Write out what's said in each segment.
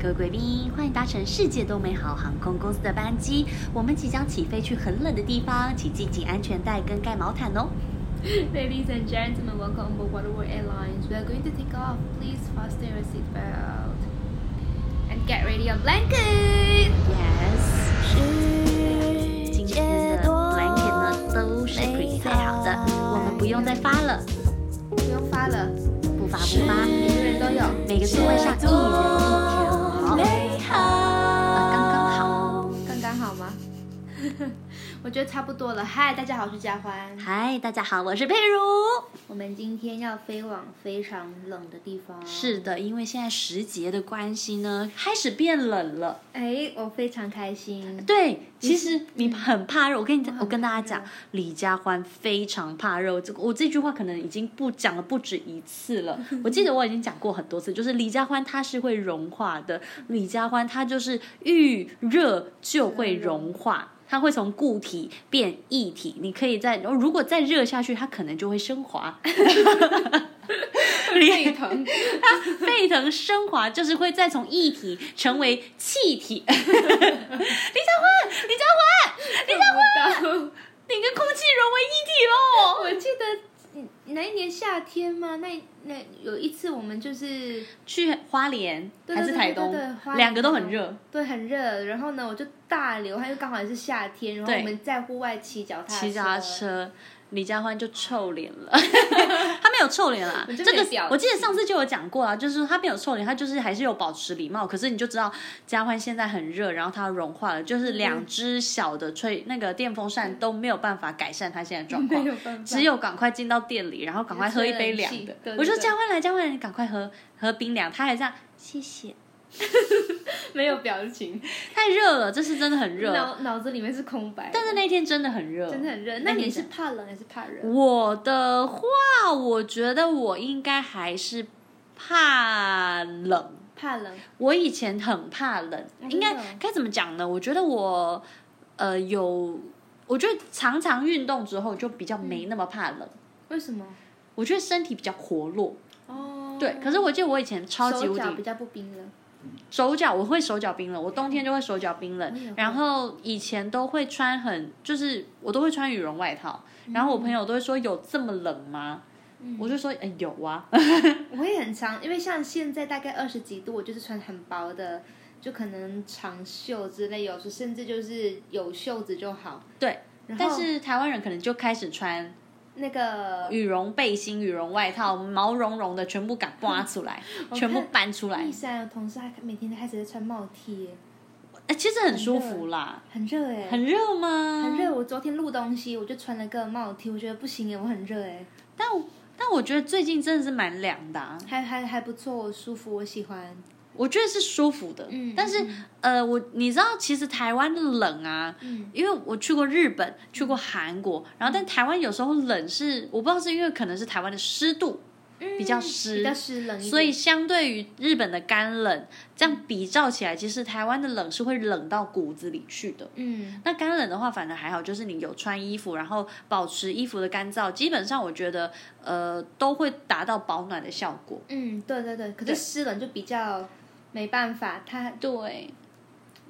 各位贵宾，欢迎搭乘世界多美好航空公司的班机。我们即将起飞去很冷的地方，请系紧安全带跟盖毛毯哦。 Ladies and gentlemen, welcome on board Waterworld Airlines. We are going to take off. Please fasten your seatbelt and get ready your blanket. Yes，世今天界的多 blanket 呢都是 Chris 晒好的，我们不用再发了，不用发了，不发不发，每个人都有。每个座位上一人一条。好，美呃好，刚刚好。刚刚好吗？ 我觉得差不多了。嗨，大家好，我是佳欢。嗨，大家好，我是佩如。我们今天要飞往非常冷的地方。是。的，因为现在时节的关系呢，开始变冷了。哎，我非常 开心。对，其嗯实你很怕热。我跟你，我很跟大家怕讲热，李佳欢非常怕热。这个我这句话可能已经不讲了不止一次 了。我记得我已经讲过很多次，就是李佳欢他是会融化的。李佳欢他就是遇热就会融嗯化。它会从固体变液体，你可以在如果再热下去，它可能就会升华。 沸 腾。沸腾升华，就是会再从液体成为气体。李佳欢，李佳欢，看不到。你跟空气融为一体喽！我记得哪一年夏天吗？那那有一次我们就是去花莲对还是台东对对对对花，莲两个都很热。对很热，然后呢我就大流汗，又刚好也是夏天，然后对我们在户外骑嗯脚踏骑脚踏车，车，李佳欢就臭脸 了，他没有臭脸啦。我就这个没表情我记得上次就有讲过啦，啊就是他没有臭脸，他就是还是有保持礼貌。可是你就知道佳欢现在很热，然后他融化了，就是两只小的吹那个电风扇都没有办法改善他现在的状况 没。有办法，只有赶快进到店里，然后赶快喝一杯凉就是的冷气对。我说对对佳欢来，佳欢来，你赶快喝喝冰凉。他还这样，谢谢。 没有表情，太热了，这是真的很热。脑脑子里面是空白的，但是那天真的很热，真的很热。那那你嗯你是想怕冷还是怕热？我的话，我觉得我应该还是怕冷。怕冷，我以前很怕冷，啊嗯应该真的哦该怎么讲呢？我觉得我呃有，我觉得常常运动之后就比较没那么怕嗯冷。为什么？我觉得身体比较活络，哦，对。可是我记得我以前超级手无敌脚比较不冰冷，手脚我会手脚冰冷，我冬天就会手脚冰我也冷会，然后以前都会穿很，就是我都会穿羽绒外套，然后我嗯朋友都会说有这么冷吗？我就说哎、有啊， 我也很常，因为像现在大概二十几度，我就是穿很薄的，就可能长袖之类，有时甚至就是有袖子就好。对，然后但呃是台湾人可能就开始穿那个羽绒背心、羽绒外套，毛茸茸的全部 敢扒出来，全部搬出来一，山有同事，他每天都开始在穿帽 T，耶哎、其实很舒服啦，很热哎，很热吗？很热。我昨天录东西，我就穿了个帽 T，我觉得不行哎，我很热哎，但我但我觉得最近真的是蛮凉的、啊，还还还不错，我舒服，我喜欢。我觉得是舒服的，嗯但是呃，我你知道，其实台湾的冷啊，嗯，因为我去过日本，去过韩国，然后但台湾有时候冷是我不知道是因为可能是台湾的湿度比较湿，比较湿冷一点，所以相对于日本的干冷，这样比照起来，其实台湾的冷是会冷到骨子里去的。嗯，那干冷的话，反正还好，就是你有穿衣服，然后保持衣服的干燥，基本上我觉得，呃，都会达到保暖的效果。嗯，对对对，可对是湿冷就比较没办法，啊它对，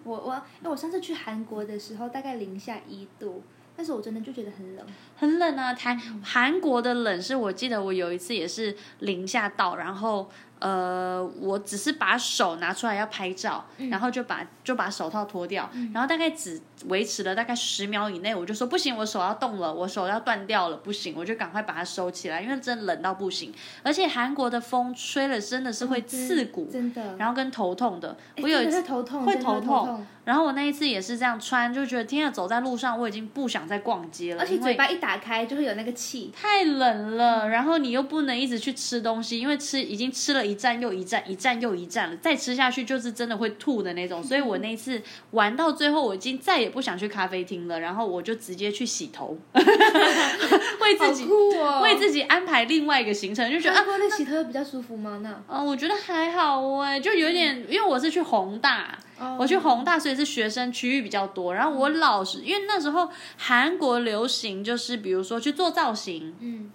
我我哎，我上次去韩国的时候大概零下一度，但是我真的就觉得很冷，很冷啊，台韩国的冷是我记得我有一次也是零下到，然后呃，我只是把手拿出来要拍照，嗯然后就把就把手套脱掉，然后大概只维持了大概十秒以内，我就说不行，我手要动了，我手要断掉了，不行，我就赶快把它收起来，因为真的冷到不行，而且韩国的风吹了真的是会刺骨，哦嗯真的。然后跟头痛的，哎我有一次真的会哦头痛，会真的头会痛痛，然后我那一次也是这样穿，就觉得天啊，走在路上我已经不想再逛街了，而且因为嘴巴一打开就会有那个气，太冷了，然后你又不能一直去吃东西，因为吃已经吃了一站又一站，一站又一站了，再吃下去就是真的会吐的那种。所以我那一次玩到最后，我已经再也不想去咖啡厅了，然后我就直接去洗头， 为自己、酷哦为自己安排另外一个行程，就觉得啊韩国的洗头会比较舒服吗？那嗯、我觉得还好哎、就有点，因为我是去宏大， 哦我去宏大，所以是学生区域比较多。然后我老是，因为那时候韩国流行就是，比如说去做造型，嗯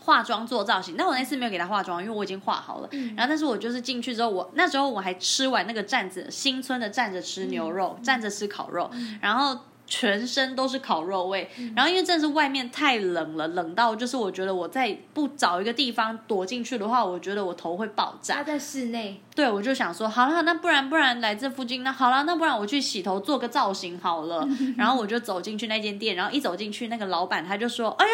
化妆做造型，但我那次没有给他化妆，因为我已经化好了。然后，但是我就是进去之后，我那时候我还吃完那个站着新村的站着吃牛肉，站着吃烤肉，然后。全身都是烤肉味，然后因为真的是外面太冷了，冷到就是我觉得我再不找一个地方躲进去的话，我觉得我头会爆炸。他在室内，对，我就想说，好了，那不然不然来这附近，那好了，那不然我去洗头做个造型好 了。然后我就走进去那间店，然后一走进去，那个老板他就说：“哎呦，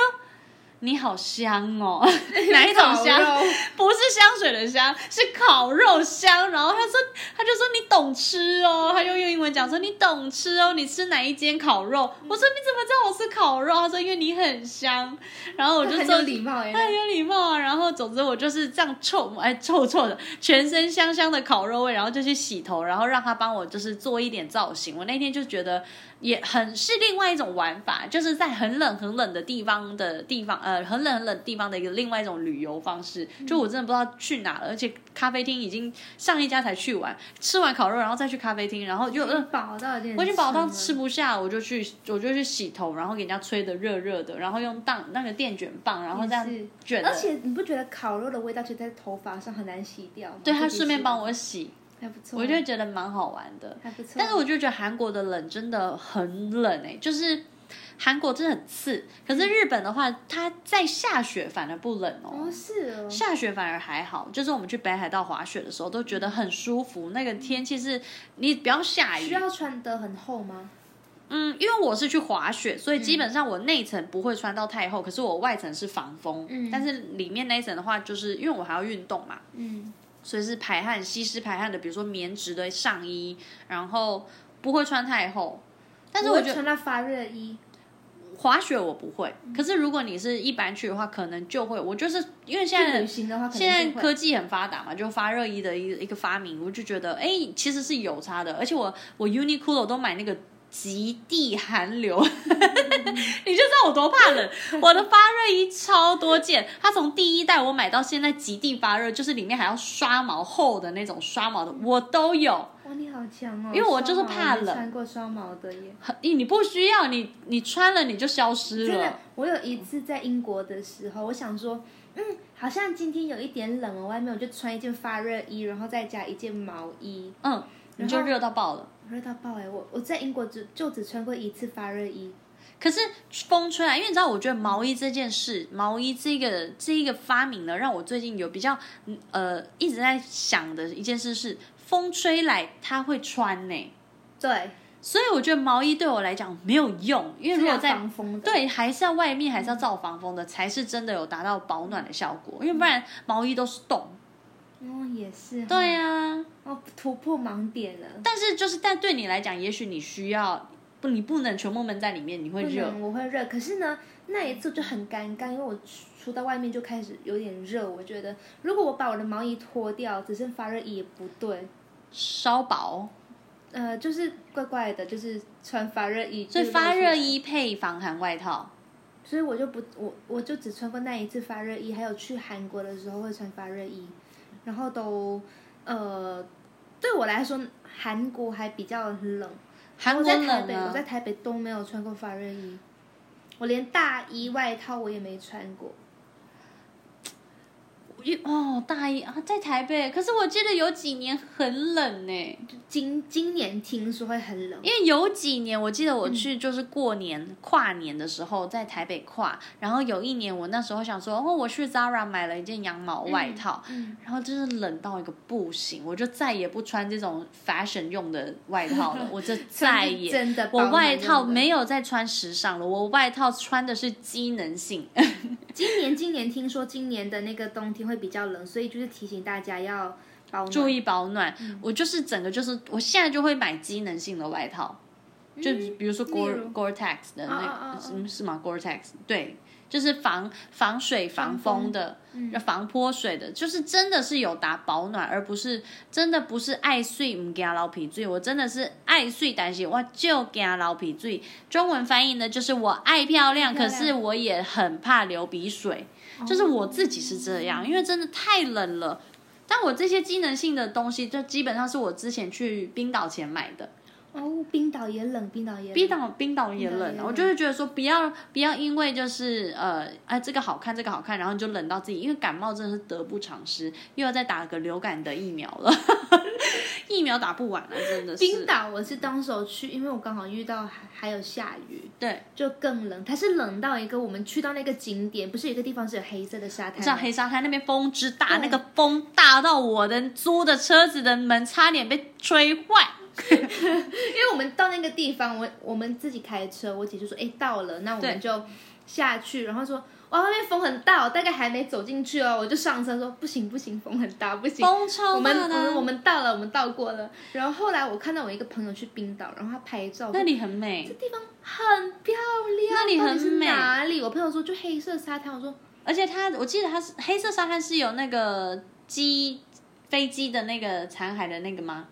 你好香 哦，哪一种香？烤肉不是香水的香，是烤肉香。”然后他说，他就说你懂吃哦，他又用英文讲说你懂吃哦，你吃哪一间烤肉？我说你怎么知道我吃烤肉？他说因为你很香。然后我就很说有礼貌太耶。有礼貌啊！然后总之我就是这样臭哎臭臭的，全身香香的烤肉味，然后就去洗头，然后让他帮我就是做一点造型。我那天就觉得也很是另外一种玩法，就是在很冷很冷的地方的地方，呃，很冷很冷地方的一个另外一种旅游方式。嗯就我真的不知道去哪了，而且咖啡厅已经上一家才去完，吃完烤肉然后再去咖啡厅，然后又我已饿。经饱到有嗯点，我已经饱到吃。不下，我就去，我就去洗头，然后给人家吹的热热的，然后用当那个电卷棒，然后这样也是卷了而且你不觉得烤肉的味道就在头发上很难洗掉吗？对他自己顺便洗帮我洗，还不错，我就觉得蛮好玩的。还不错。但是我就觉得韩国的冷真的很冷哎、就是韩国真的很刺。可嗯是日本的话，它在下雪反而不冷哦，哦是哦，下雪反而还好。就是我们去北海道滑雪的时候，都觉得很舒服。那个天气是你不要下嗯需雨，要穿得很厚吗？嗯，因为我是去滑雪，所以基嗯本上我内层不会穿到太厚，可是我外层是防风。嗯但是里面那一层的话，就是因为我还要运动嘛，嗯，所以是排汗、吸湿排汗的，比如说棉质的上衣，然后不会穿太厚。但是我我会觉得穿到发热衣，滑雪我不会，可是如果你是一般去的话，可能就会。我就是因为现去在旅行的话可能现在就会。科技很发达嘛，就发热衣的一一个发明，我就觉得哎、其实是有差的。而且我我 Uniqlo 都买那个极地寒流， 你就知道我多怕冷。我的发热衣超多件，它从第一代我买到现在极地发热，就是里面还要刷毛厚的那种刷毛的，我都有。哇，你好强哦！因为我就是双毛怕我没冷穿过双毛的耶。很你你不需要，你你穿了你就消失真的了。，我有一次在英国的时候，我想说，嗯，好像今天有一点冷哦，外面我就穿一件发热衣，然后再加一件毛衣，嗯，你就热到爆了。热到爆哎！我我在英国只就只穿过一次发热衣，可是风吹来，因为你知道，我觉得毛衣这件事，毛衣这个这一个发明呢，让我最近有比较嗯呃一直在想的一件事是，风吹来它会穿呢、对，所以我觉得毛衣对我来讲没有用，因为如果是要在防风的，对，还是要外面还是要造防风的，才是真的有达到保暖的效果，因为不然毛衣都是洞。哦也嗯是哦，对呀、哦突破盲点了，但是就是但对你来讲，也许你需要不，你不能全部闷在里面，你会不热。能我会热，可是呢，那一次就很尴尬，因为我出出到外面就开始有点热，我觉得如果我把我的毛衣脱掉，只剩发热衣也不对，稍薄，呃，就是怪怪的，就是穿发热衣，所以就是发露出热来衣配防寒外套。所以我就不我我就只穿过那一次发热衣，还有去韩国的时候会穿发热衣，然后都呃，对我来说韩国还比较冷，韩我国在台冷北我啊在，台北都没有穿过发热衣，我连大衣外套我也没穿过，一哦大一啊，在台北，可是我记得有几年很冷呢、就今今年听说会很冷，嗯因为有几年我记得我去就是过年、跨年的时候在台北跨，然后有一年我那时候想说，哦，我去 Zara 买了一件羊毛外套，嗯，然后真是冷到一个不行，我就再也不穿这种 fashion 用的外套 了，我就再真的也。真的我保外暖套用的没有再穿时尚了，我外套穿的是机能性。 今年今年听说今年的那个冬天会比较冷，所以就是提醒大家要保暖，嗯注意保暖。我就是整个就是，我现在就会买机能性的外套，就比如说 Gore 嗯例如 Gore Tex 的那个，哦哦哦哦嗯是吗？Gore Tex 对，就是防防水、防风的，嗯防泼水的，就是真的是有打保暖，而不是真的不是爱睡唔惊老皮醉。我真的是爱睡，但是我就惊老皮醉。中文翻译呢，就是我爱漂亮，漂亮可是我也很怕流鼻水。哦就是我自己是这样，因为真的太冷了。但我这些机能性的东西，就基本上是我之前去冰岛前买的。哦，冰岛也冷，冰岛也冷冰岛冰岛也冰岛也冷啊，冷我就会觉得说不要不要因为就是呃哎这个好看这个好看，然后你就冷到自己，因为感冒真的是得不偿失，又要再打个流感的疫苗了， 疫苗打不完了、真的是。冰岛我是当时有去，因为我刚好遇到还还有下雨，对，就更冷。它是冷到一个我们去到那个景点，不是有一个地方是有黑色的沙滩吗，像黑沙滩那边风之大，那对个风大到我的租的车子的门差点被吹坏。因为我们到那个地方，我我们自己开车，我姐就说：“哎，到了，那我对们就下去。”然后说：“哇，外面风很大，我大概还没走进去哦。”我就上车说：“不行不行，风很大，不行。”风超我们大我的们啊，我们到了，我们到过了。然后后来我看到我一个朋友去冰岛，然后他拍照，那里很美，地方很漂亮，那里很到底是美哪里？我朋友说就黑色沙滩，我说而且它，我记得它是黑色沙滩是有那个机飞机的那个残骸的那个吗？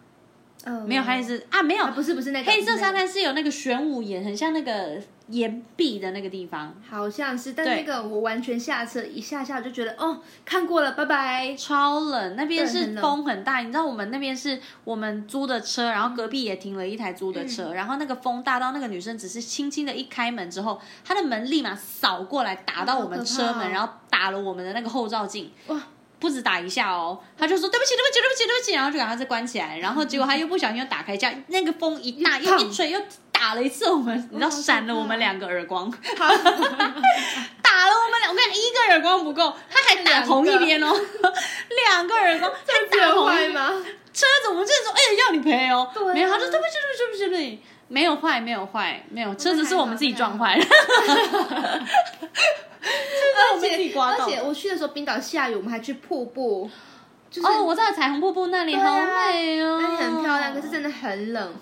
呃没有，还是啊没有啊，不是不是那个黑色沙，不是滩是有那个玄武岩，很像那个岩壁的那个地方，那个好像是，但对那个我完全下车一下下我就觉得哦，看过了，拜 拜。超冷。那边对是很冷风很大，你知道我们那边是我们租的车，然后隔壁也停了一台租的车，嗯然后那个风大到那个女生只是轻轻的一开门之后，她的门立马扫过来打到我们车好可怕门，哦然后打了我们的那个后照镜。哇，不止打一下哦，他就说对不起，对不起，对不起，对不起，然后就把他再关起来，然后结果他又不小心又打开一下，那个风一大又砰一吹又打了一次我们，你知道哇好可闪了我们怕两个耳光，好，打了我们俩，我跟你讲一个耳光不够，他还打同一边哦，两个耳光，还打有同坏一 吗？车子，我们这说，哎、要你赔哦，对啊没有，他说对不起，对不起，对不起，对不起，没有坏，没有坏，没有，车子是我们自己撞坏的，而自己且刮到而且我去的时候冰岛下雨，我们还去瀑布，就是、哦，我在彩虹瀑布那里、对好啊美哦，那里很漂亮，可是真的很冷，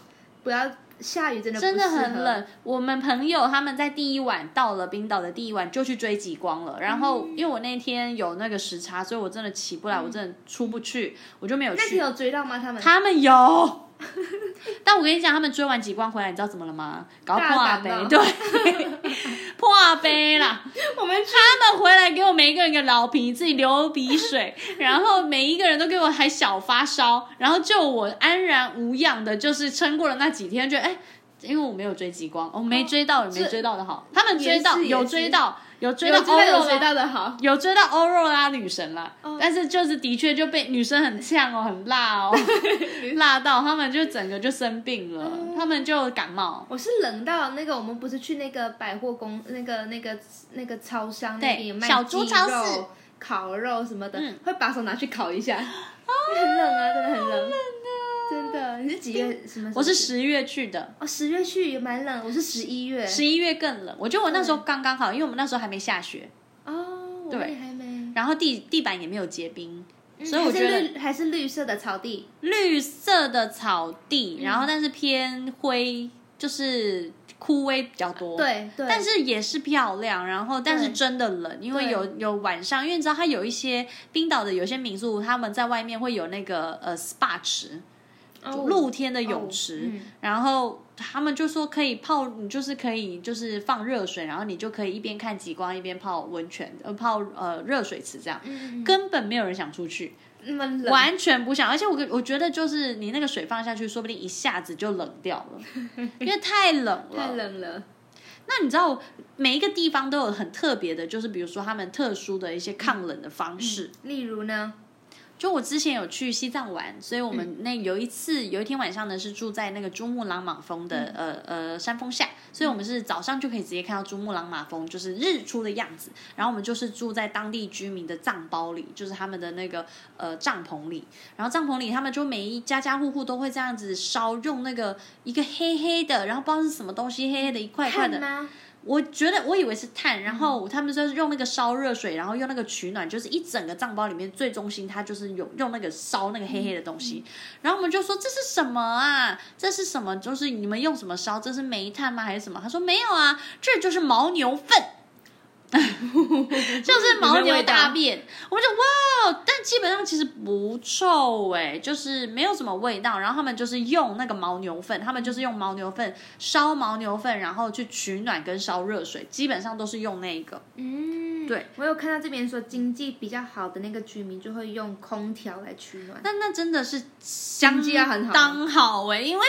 不要下雨真的不真的适很合冷。我们朋友他们在第一晚到了冰岛的第一晚就去追极光了，然后嗯因为我那天有那个时差，所以我真的起不来，我真的出不去，我就没有那你去。有追到吗？他们他们有， 但我跟你讲，他们追完极光回来，你知道怎么了吗？搞大哦破感杯冒，对， 破杯啦！我们去他们回来给我每一个人一个老皮，自己流鼻水，然后每一个人都给我还小发烧，然后就我安然无恙的，就是撑过了那几天，觉得哎，因为我没有追极光，我、没追到，也没这追到的好，他们追也到是也有是追到有追有到追到有 Aurora 追到的好。有追到欧若拉女神啦，哦但是就是的确就被女生很呛哦，很辣哦，辣到他们就整个就生病了，他们就感冒。哦我是冷到那个，我们不是去那个百货公那个那个那个超商那对边有卖小猪鸡超肉市、烤肉什么 的，嗯会把手拿去烤一下，很冷啊，真的很冷，真的。你是几月什么时候去？我是十月去的，哦，十月去也蛮冷，我是十一月。十一月更冷。我觉得我那时候刚刚好，因为我们那时候还没下雪，哦，我对们也还没。然后地地板也没有结冰，嗯所以我还觉是得绿还是绿色的草地，绿色的草嗯地，然后但是偏灰，就是枯萎比较多。。哎对对。但是也是漂亮，然后但是对真的冷，因为对有有晚上，因为你知道它有一些冰岛的有些民宿，他们在外面会有那个呃 SPA 池，哦露天的泳池，哦嗯然后他们就说可以泡，你就是可以就是放热水，然后你就可以一边看极光一边泡温泉，呃泡呃热水池这样，嗯根本没有人想出去，那么冷，完全不想，而且我我觉得就是你那个水放下去，说不定一下子就冷掉了，因为太冷了。太冷了。那你知道每一个地方都有很特别的，就是比如说他们特殊的一些抗冷的方式。例如呢，就我之前有去西藏玩，所以我们那有一次、有一天晚上呢是住在那个珠穆朗玛峰的、呃呃山峰下，所以我们是早上就可以直接看到珠穆朗玛峰就是日出的样子。然后我们就是住在当地居民的藏包里，就是他们的那个呃帐篷里。然后帐篷里他们就每一家家户户都会这样子烧，用那个一个黑黑的，然后不知道是什么东西，黑黑的一块一块看的，吗？我觉得我以为是碳，然后他们就是用那个烧热水，然后用那个取暖，就是一整个藏包里面最中心，它就是有用那个烧那个黑黑的东西。然后我们就说这是什么啊？这是什么？就是你们用什么烧？这是煤炭吗？还是什么？他说没有啊，这就是牦牛粪。就是牦牛大便，我们就哇哦！但基本上其实不臭哎、就是没有什么味道。然后他们就是用那个牦牛粪，他们就是用牦牛粪烧牦牛粪，然后去取暖跟烧热水，基本上都是用那个。嗯，对，我有看到这边说经济比较好的那个居民就会用空调来取暖。那那真的是相济要啊很好当好哎、 因为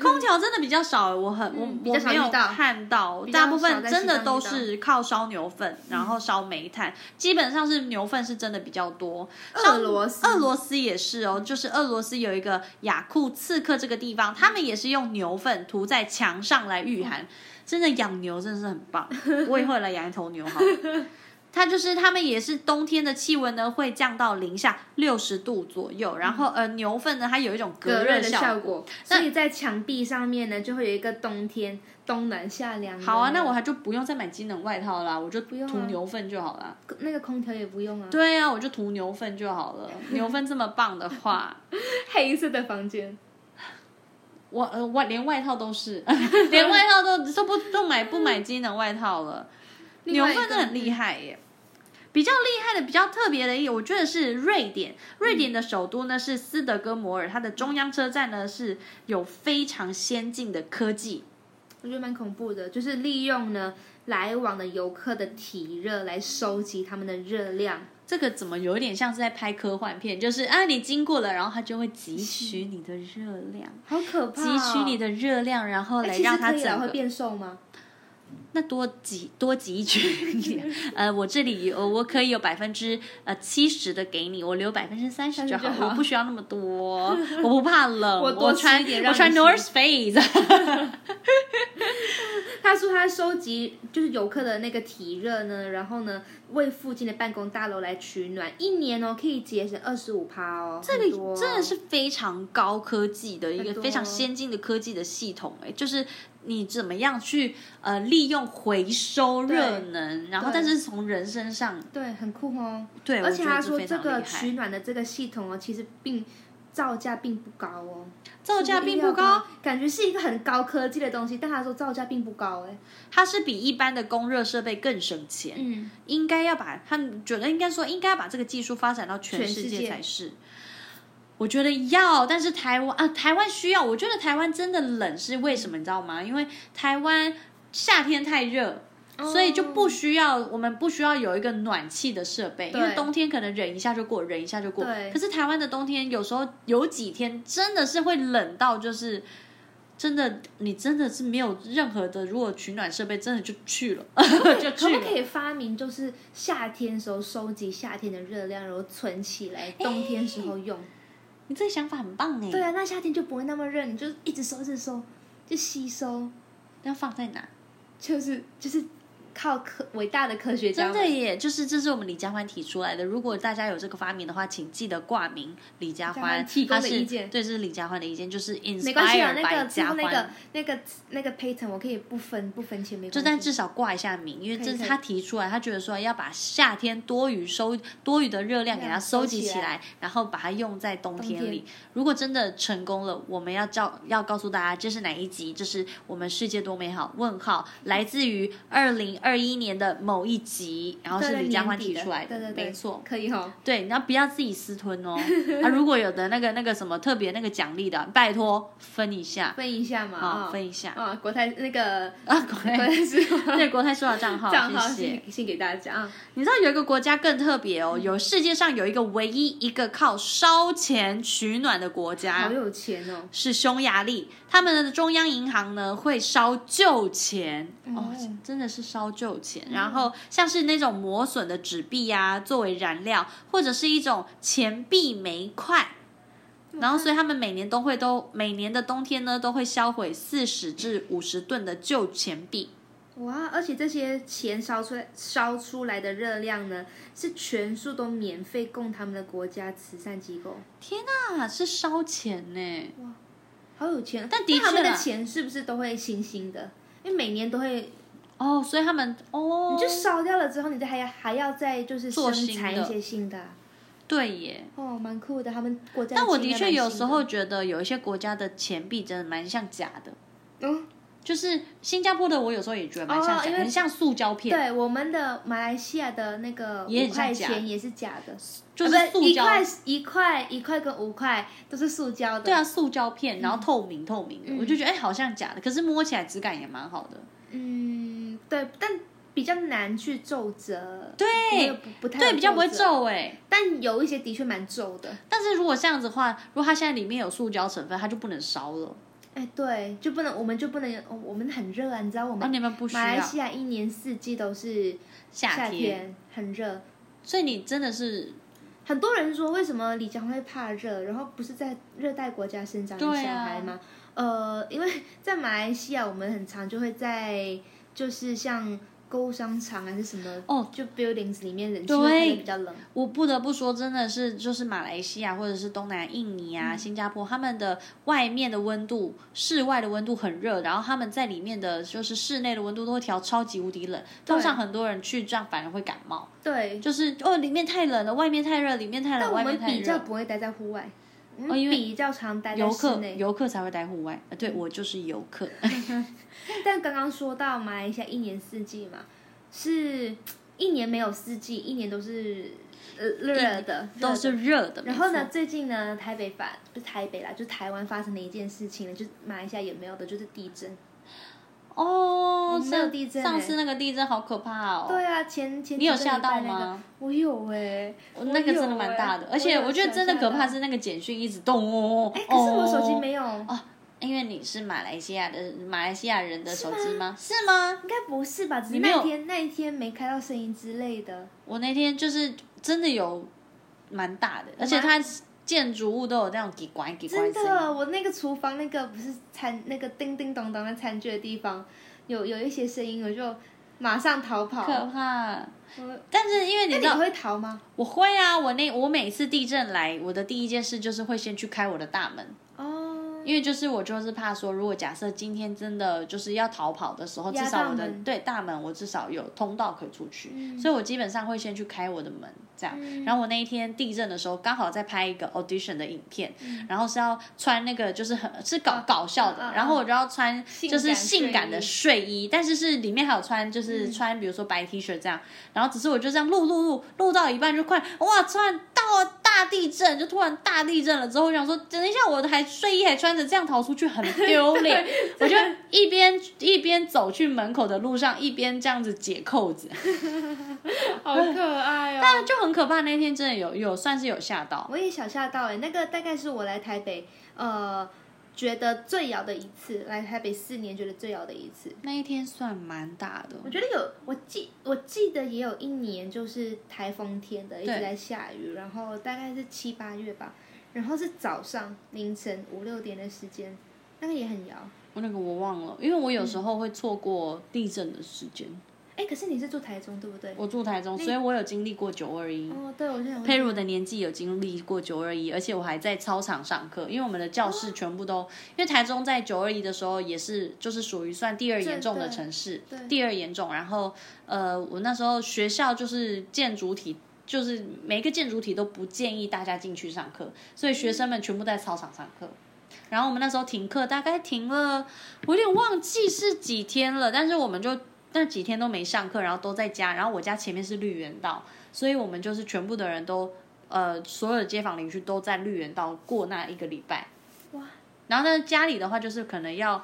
空调真的比较少、欸，我很我、嗯比我较少没有遇到看到，比较大部少分在真的西方都遇到嗯是靠烧牛粪，然后烧煤炭，基本上是牛粪是真的比较多。哦俄罗斯，俄罗斯也是哦，就是俄罗斯有一个雅库刺克这个地方，他们也是用牛粪涂在墙上来御寒。真的养牛真的是很棒，我以后也来养一头牛好了。 它就是他们也是冬天的气温呢会降到零下六十度左右，然后呃牛粪呢它有一种嗯隔隔热热的效效果，所以在墙壁上面呢，就会有一个冬天冬暖夏凉的。好啊，那我还就不用再买机能外套啦，我就用啊涂牛粪就好了。那个空调也不用啊， 对啊，我就涂牛粪就好了。牛粪这么棒的话，黑色的房间，我呃外连外套都 是，连外套都都不都买不买机能外套了。另牛外一粪个真的很厉害耶。比较厉害的、比较特别的一个，我觉得是瑞典。瑞典的首都呢是斯德哥摩尔，它的中央车站呢是有非常先进的科技。我觉得蛮恐怖的，就是利用呢来往的游客的体热来收集他们的热量。这个怎么有一点像是在拍科幻片？就是啊，你经过了，然后它就会汲取你的热量，好可怕、哦！汲取你的热量，然后哎来其实让它可以啦整会个变瘦吗？那多挤多挤一群，呃，我这里有我可以有百分之呃七十的给你，我留百分之三十就好， 30就好我不需要那么多，我不怕冷， 我我多吃穿一点让我穿你 North Face， 他说他收集就是游客的那个体热呢，然后呢为附近的办公大楼来取暖，一年哦可以节省二十五趴哦，这这个真的是非常高科技的一很个多非常先进的科技的系统、哎，就是你怎么样去呃利用回收热能，然后对但是从人身上，对，很酷哦。对，而且我觉他得说非这常个厉害取暖的这个系统哦，其实并造价并不高哦，造价并不意料高，，感觉是一个很高科技的东西，但他说造价并不高哎。它是比一般的供热设备更省钱。嗯，应该要把他们觉得应该说应该把这个技术发展到全全世世界界才是。我觉得要，但是台湾啊，台湾需要。我觉得台湾真的冷是为什么，你知道吗？因为台湾夏天太热，哦所以就不需要，我们不需要有一个暖气的设备，因为对冬天可能忍一下就过，忍一下就过。对可是台湾的冬天有时候有几天真的是会冷到，就是真的你真的是没有任何的，如果取暖设备真的就去了， 就可去不了。可以发明，就是夏天时候收集夏天的热量，然后存起来，冬天时哎候用？你这个想法很棒哎。对啊，那夏天就不会那么热，你就一直收，一直收，就吸收，要放在哪？就是就是靠科伟大的科学家真们。的耶，就是这是我们李佳欢提出来的。如果大家有这个发明的话，请记得挂名李佳佳欢，欢提供他的是意见对，这是李佳欢的意见，就是没关系啊， inspired 那 by 个之佳后欢。那个那个那个 patent 我可以不分不分钱，没就关但系。至少挂一下名，因为可以这是可以他提出来，他觉得说要把夏天多余收多余的热量给它量收收集起起来来，然后把它用在冬冬天天里。如果真的成功了，我们要叫要告诉大家这是哪一集，这是我们世界多美好问号，来自于二零二一年的某一集，然后对是对李佳年欢底提的出来对对对，没错。可以哦。对，你要不要自己私吞 哦？啊，如果有的那个那个什么特别那个奖励的，拜托分一下分一下嘛啊，啊，分一下啊，国泰那个啊，国国泰泰是 对国泰说到账号，账号谢谢。献献给大家啊。你知道有一个国家更特别哦，有世界上有一个唯一一个靠烧钱取暖的国好家有钱哦！是匈牙利，他们的中央银行呢会烧旧钱哦哦，真的是烧旧钱。然后像是那种磨损的纸币呀、作为燃料，或者是一种钱币煤块。然后，所以他们每年都会都每年的冬天呢，都会销毁四十至五十吨的旧钱币。哇，而且这些钱烧出来烧出来的热量呢，是全数都免费供他们的国家慈善机构，啊，是烧钱呢？好有钱！但的确他们啦的钱是不是都会新新的？因为每年都会，哦，所以他们哦，你就烧掉了之后，你再还要还要再就是做生新产的一些新的啊、对耶。哦，蛮酷的。他们国家但我钱的也确蛮有新时候觉得有一些国家的钱币真的蛮像假的，嗯，就是新加坡的，我有时候也觉得蛮像哦假，因为很像塑胶片，对，我们的马来西亚的那个也五很像块假钱也是假的，就是啊不塑一胶。块一块一块跟五块都是塑胶的。对啊，塑胶片，然后透明透明的，嗯我就觉得哎、好像假的，可是摸起来质感也蛮好的。嗯，对，但比较难去皱褶，对因为不不太对，有比较不会皱褶，皱哎、但有一些的确蛮皱的。但是如果这样子的话，如果它现在里面有塑胶成分，它就不能烧了。哎，对，就不能，我们就不能，我哦我们很热啊，你知道我那们你们不需马来要西亚一年四季都是夏夏天很热，所以你真的是很多人说，为什么李强会怕热？然后不是在热带国家生长的对小啊孩吗？呃，因为 在马来西亚，我们很常就会在就是像购物商场还是什么哦，就 buildings 里面冷气对会开得比较冷。我不得不说，真的是就是马来西亚或者是东南亚、印尼嗯啊、新加坡，他们的外面的温度、室外的温度很热，然后他们在里面的就是室内的温度都会调超级无敌冷。对通常很多人去这样反而会感冒，对，就是哦里面太冷了，外面太热，里面太但冷，我外们面太比较热。不会待在户外，我哦因们为比较常待在游室客内。游客才会待户外，呃，对我就是游客。但刚刚说到马来西亚一年四季嘛，是一年没有四季，一年都是呃热的，都热的是热的。然后没呢，错？最近呢，台北发不是台北啦，就台湾发生的一件事情呢，就是马来西亚也没有的，就是地震。我哦，们没有上地震欸上次那个地震好可怕哦。对啊，前前你有几个吓礼拜到那个吗？我有哎、我那个真的欸蛮大的，而且我觉得真的可怕是那个简讯一直动哦。哎、可是我手机哦，没有，因为你是马来西亚的马来西亚人的手机吗？是吗？应该不是吧？只你是没有那天那一天没开到声音之类的。我那天就是真的有蛮大的，而且它建筑物都有那种给拐给拐真声音。的，我那个厨房那个不是餐那个叮叮咚咚的餐具的地方，有有一些声音，我就马上逃跑。可怕我，但是嗯因为你那知你道，会逃吗？我会啊，我那我每次地震来，我的第一件事就是会先去开我的大门，哦，因为就是我就是怕说，如果假设今天真的就是要逃跑的时候，至压少大我的门对大门我至少有通道可以出去，嗯所以我基本上会先去开我的门这样。然后我那一天地震的时候，刚好在拍一个 audition 的影片，嗯然后是要穿那个就是很是搞、搞笑的，嗯嗯然后我就要穿性就是感性感的睡衣嗯睡衣，但是是里面还有穿就是穿比如说白 T 恤这样，然后只是我就这样录录录录到一半就快哇，突然到了大地震，就突然大地震了之后，我想说等一下我的还睡衣还穿着这样逃出去很丢 脸，我就一边一边走去门口的路上，一边这样子解扣子，好可爱哦。但就很可怕。那天真的有有算是有吓到， 我也小吓到哎、欸，那个大概是我来台北，呃，觉得最摇的一次，来台北四年觉得最摇的一次。那一天算蛮大的，我觉得有，我记我记得也有一年就是台风天的，一直在下雨，然后大概是七八月吧，然后是早上凌晨五六点的时间，那个也很摇。我那个我忘了，因为我有时候会错过地震的时间。哎，可是你是住台中对不对？我住台中，所以我有经历过九二一。哦，对，我是想佩说，如的年纪有经历过九二一，而且我还在操场上课，因为我们的教室全部都，因为台中在九二一的时候也是就是属于算第二严重的城市嗯对，第二严重。然后呃，我那时候学校就是建筑体。就是每个建筑体都不建议大家进去上课，所以学生们全部在操场上课。然后我们那时候停课，大概停了，我有点忘记是几天了，但是我们就那几天都没上课，然后都在家。然后我家前面是绿园道，所以我们就是全部的人都，呃，所有的街坊邻居都在绿园道过那一个礼拜。哇！然后呢，家里的话就是可能要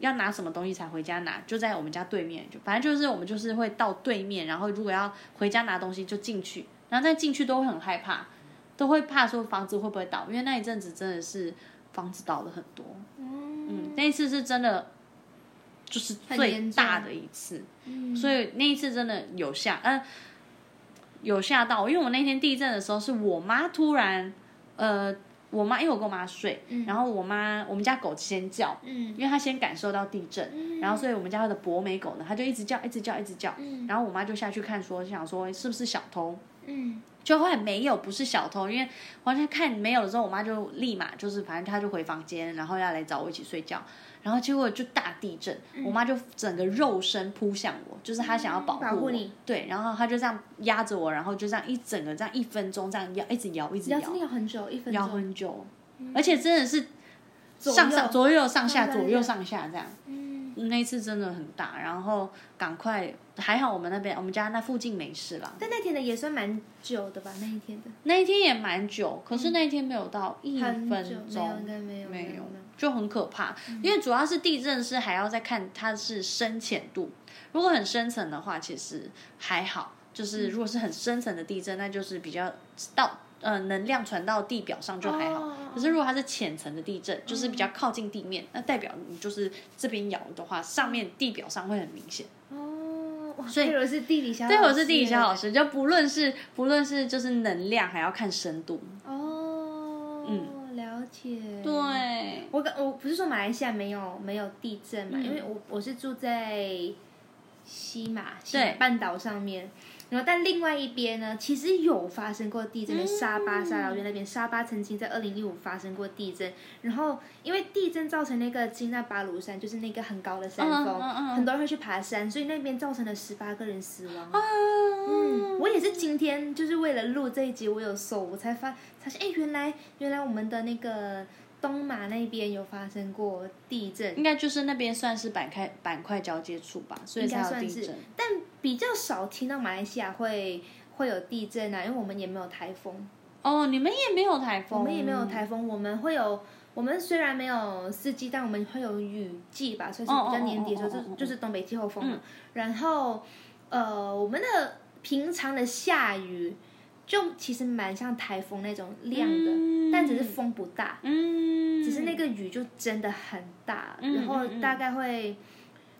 要拿什么东西才回家拿，就在我们家对面，就反正就是我们就是会到对面，然后如果要回家拿东西就进去，然后再进去都会很害怕，都会怕说房子会不会倒，因为那一阵子真的是房子倒了很多。嗯，那一次是真的，就是很最严重大的一次，嗯所以那一次真的有吓，嗯、有吓到我，因为我那天地震的时候是我妈突然，呃，我妈因为我跟我妈睡，然后我妈我们家狗先叫，嗯因为它先感受到地震，然后所以我们家的博美狗呢，它就一直叫，一直叫，一直叫，然后我妈就下去看说，想说是不是小偷，嗯，就后来没有，不是小偷，因为我好像看没有了之后，我妈就立马就是，反正她就回房间，然后要来找我一起睡觉，然后结果就大地震，嗯我妈就整个肉身扑向我，就是她想要保护我，嗯保护你对，然后她就这样压着我，然后就这样一整个这样一分钟这样摇，一直摇，一直摇摇，真的摇很久，一分摇钟。很久，而且真的是左上上右左右上下上上左右上下这样，嗯，那一次真的很大，然后赶快还好我们那边我们家那附近没事啦。但那天的也算蛮久的吧？那一天的那一天也蛮久，可是那一天没有到一很久分没有，钟应，该没有没有有。就很可怕，因为主要是地震是还要再看它是深浅度，如果很深层的话，其实还好，就是如果是很深层的地震，那就是比较到呃能量传到地表上就还好。哦可是如果它是浅层的地震，就是比较靠近地面，那代表你就是这边摇的话，上面地表上会很明显。哦，哇，所以对我是地理小老师对，耶，我是地理小老师，就不论是不论是就是能量，还要看深度。哦，嗯了解。对，我感我不是说马来西亚没有没有地震嘛，嗯因为我我是住在西马西对半岛上面，然后但另外一边呢，其实有发生过地震嗯的沙巴沙劳越那边，沙巴曾经在二零一五发生过地震，然后因为地震造成那个金纳巴鲁山，就是那个很高的山嗯峰，嗯嗯很多人会去爬山，所以那边造成了十八个人死亡。嗯，我也是今天就是为了录这一集，我有搜，我才发发现，哎，原来原来我们的那个东马那边有发生过地震，嗯应该就是那边算是板块板块交接处吧，所以应该才有算地是震。，但比较少听到马来西亚会会有地震啊，因为我们也没有台风，哦，你们也没有台风，我们也没有台风，我们会有。我们虽然没有四季，但我们会有雨季吧，所以是比较年底的时候，哦哦哦哦哦就哦就是东北季候风嘛。然后，呃，我们的平常的下雨，就其实蛮像台风那种量的，嗯但只是风不大。嗯，只是那个雨就真的很大，嗯然后嗯嗯大概会、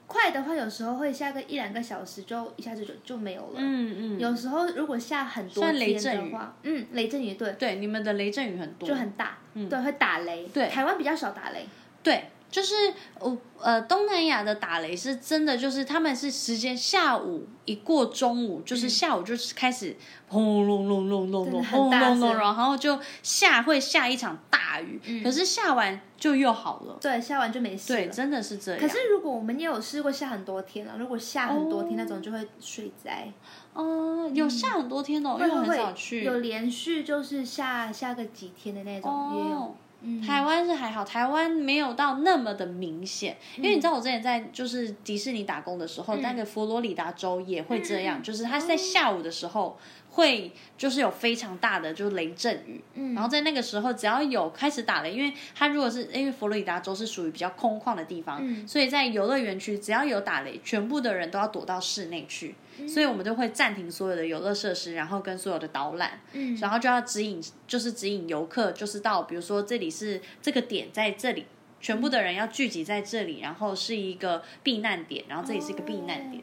快的话，有时候会下个一两个小时就一下子就就没有了。嗯嗯，有时候如果下很多算雷天阵的雨话，嗯，雷阵雨对，对，你们的雷阵雨很多，就很大，嗯对，会打雷。对台湾比较少打雷，对。就是我呃，东南亚的打雷是真的，就是他们是时间下午一过中午，就是下午就是开始轰隆隆隆隆嗯真的隆很轰大隆隆，声然后就下会下一场大雨，可是下完就又好了。对，下完就没事对，了。真的是这样。可是如果我们也有试过下很多天了，如果下很多天那种就会水灾，哦，嗯有下很多天哦，因为我很少去。有连续就是下下个几天的那种、也有。哦，嗯台湾是还好，台湾没有到那么的明显，因为你知道我之前在就是迪士尼打工的时候，那个佛罗里达州也会这样，就是它在下午的时候会就是有非常大的就是雷阵雨，嗯然后在那个时候只要有开始打雷，因为它如果是因为佛罗里达州是属于比较空旷的地方，所以在游乐园区只要有打雷，全部的人都要躲到室内去，所以我们就会暂停所有的游乐设施，然后跟所有的导览，嗯然后就要指引，就是指引游客，就是到比如说这里是这个点在这里，全部的人要聚集在这里，然后是一个避难点，然后这里是一个避难点。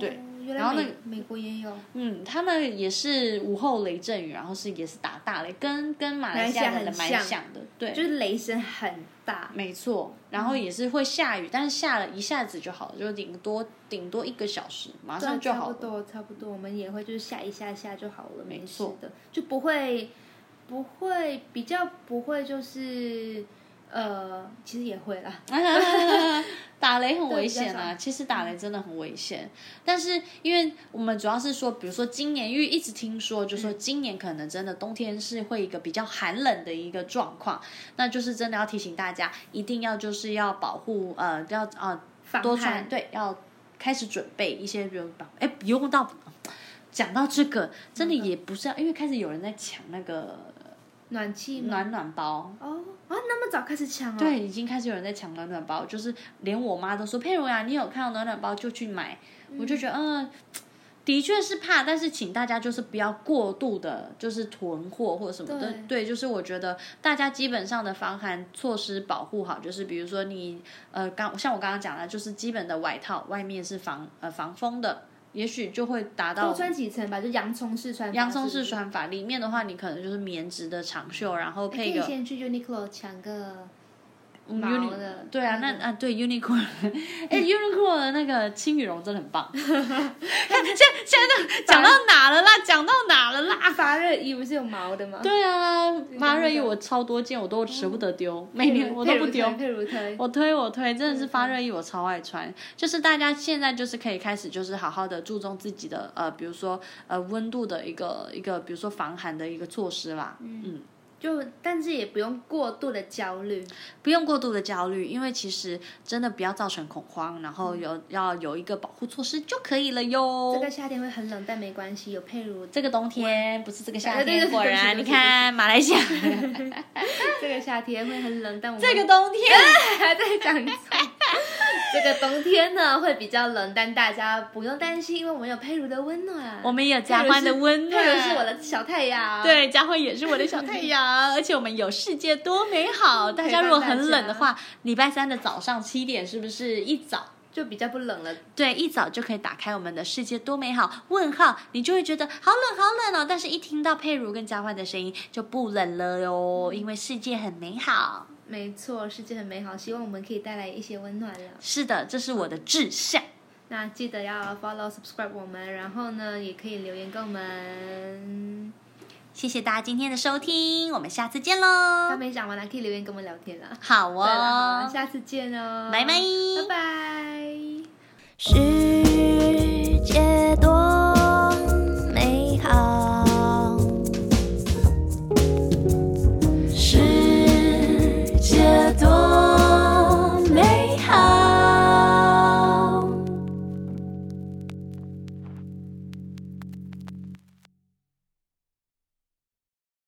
对哦原然来后那美美国也有。嗯，他们也是午后雷阵雨，然后是也是打大雷，跟跟马来西亚的马来人蛮西亚很像像的，对。就是嗯雷声很大。没错，然后也是会下雨，但是下了一下子就好了，就顶多顶多一个小时，马上就好啊差了不。多，差不多，我们也会就是下一下下就好了，没事错的，就不会不会比较不会就是呃，其实也会啦， 打雷很对危比较险啊，其实打雷真的很危险。但是因为我们主要是说，比如说今年，因为一直听说，就嗯说今年可能真的冬天是会一个比较寒冷的一个状况，那就是真的要提醒大家，一定要就是要保护呃，要啊、防多穿寒对，要开始准备一些，比如把哎不用到。讲到这个，真嗯的也不是要，因为开始有人在抢那个暖气嘛。暖暖包，哦啊，那么早开始抢哦。，对，已经开始有人在抢暖暖包，就是连我妈都说佩如呀，你有看到暖暖包就去买，我就觉得嗯。的确是怕，但是请大家就是不要过度的，就是囤货或者什么的。对就是我觉得大家基本上的防寒措施保护好，就是比如说你呃刚像我刚刚讲的，就是基本的外套外面是防呃防风的，也许就会达到多穿几层吧，就洋葱式穿法。洋葱是不式是穿法。里面的话，你可能就是棉质的长袖，然后哎可配一以个先去 Uniqlo 抢个嗯毛 Uni- 的对啊，那那啊对 Uniqlo，哎 Uniqlo 的那个轻羽绒真的很 棒。看现在现在都讲到哪了啦？讲到哪了啦？啊发热衣不是有毛的吗？对啊，哦马瑞衣那个我超多件，我都舍不得丢，每年我都佩不如丢推。佩如推。我推我推，真的是发热衣，我超爱穿。就是大家现在就是可以开始，就是好好的注重自己的呃，比如说呃温度的一个一个，比如说防寒的一个措施啦。嗯就但是也不用过度的焦虑，不用过度的焦虑，因为其实真的不要造成恐慌，然嗯后有要有一个保护措施就可以了哟。这个夏天会很冷，但没关系，有佩如这个冬天不是这个夏啊对对天，对果然对你不起对不起看马来 西亚这个夏天会很冷，但我们这个冬天，还在讲 错。这个冬天呢会比较冷，但大家不用担心，因为我们有佩如的温暖。我们也有加欢的 温暖，佩如是我的小太阳。，对，佳慧也是我的小太 阳，而且我们有世界多美嗯好。大家如果很冷的话，礼拜三的早上七点是不是一早？就比较不冷了。对，一早就可以打开我们的世界多美好问号，你就会觉得好冷好冷哦。但是，一听到佩如跟佳欢的声音就不冷了哟，因为世界很美好。没错，世界很美好，希望我们可以带来一些温暖了。是的，这是我的志向。那记得要 follow subscribe 我们，然后呢也可以留言跟我们。谢谢大家今天的收听，我们下次见喽刚。没讲完呢，可以留言跟我们聊天啦。好对啦好啦哦，下次见哦，拜拜拜拜。世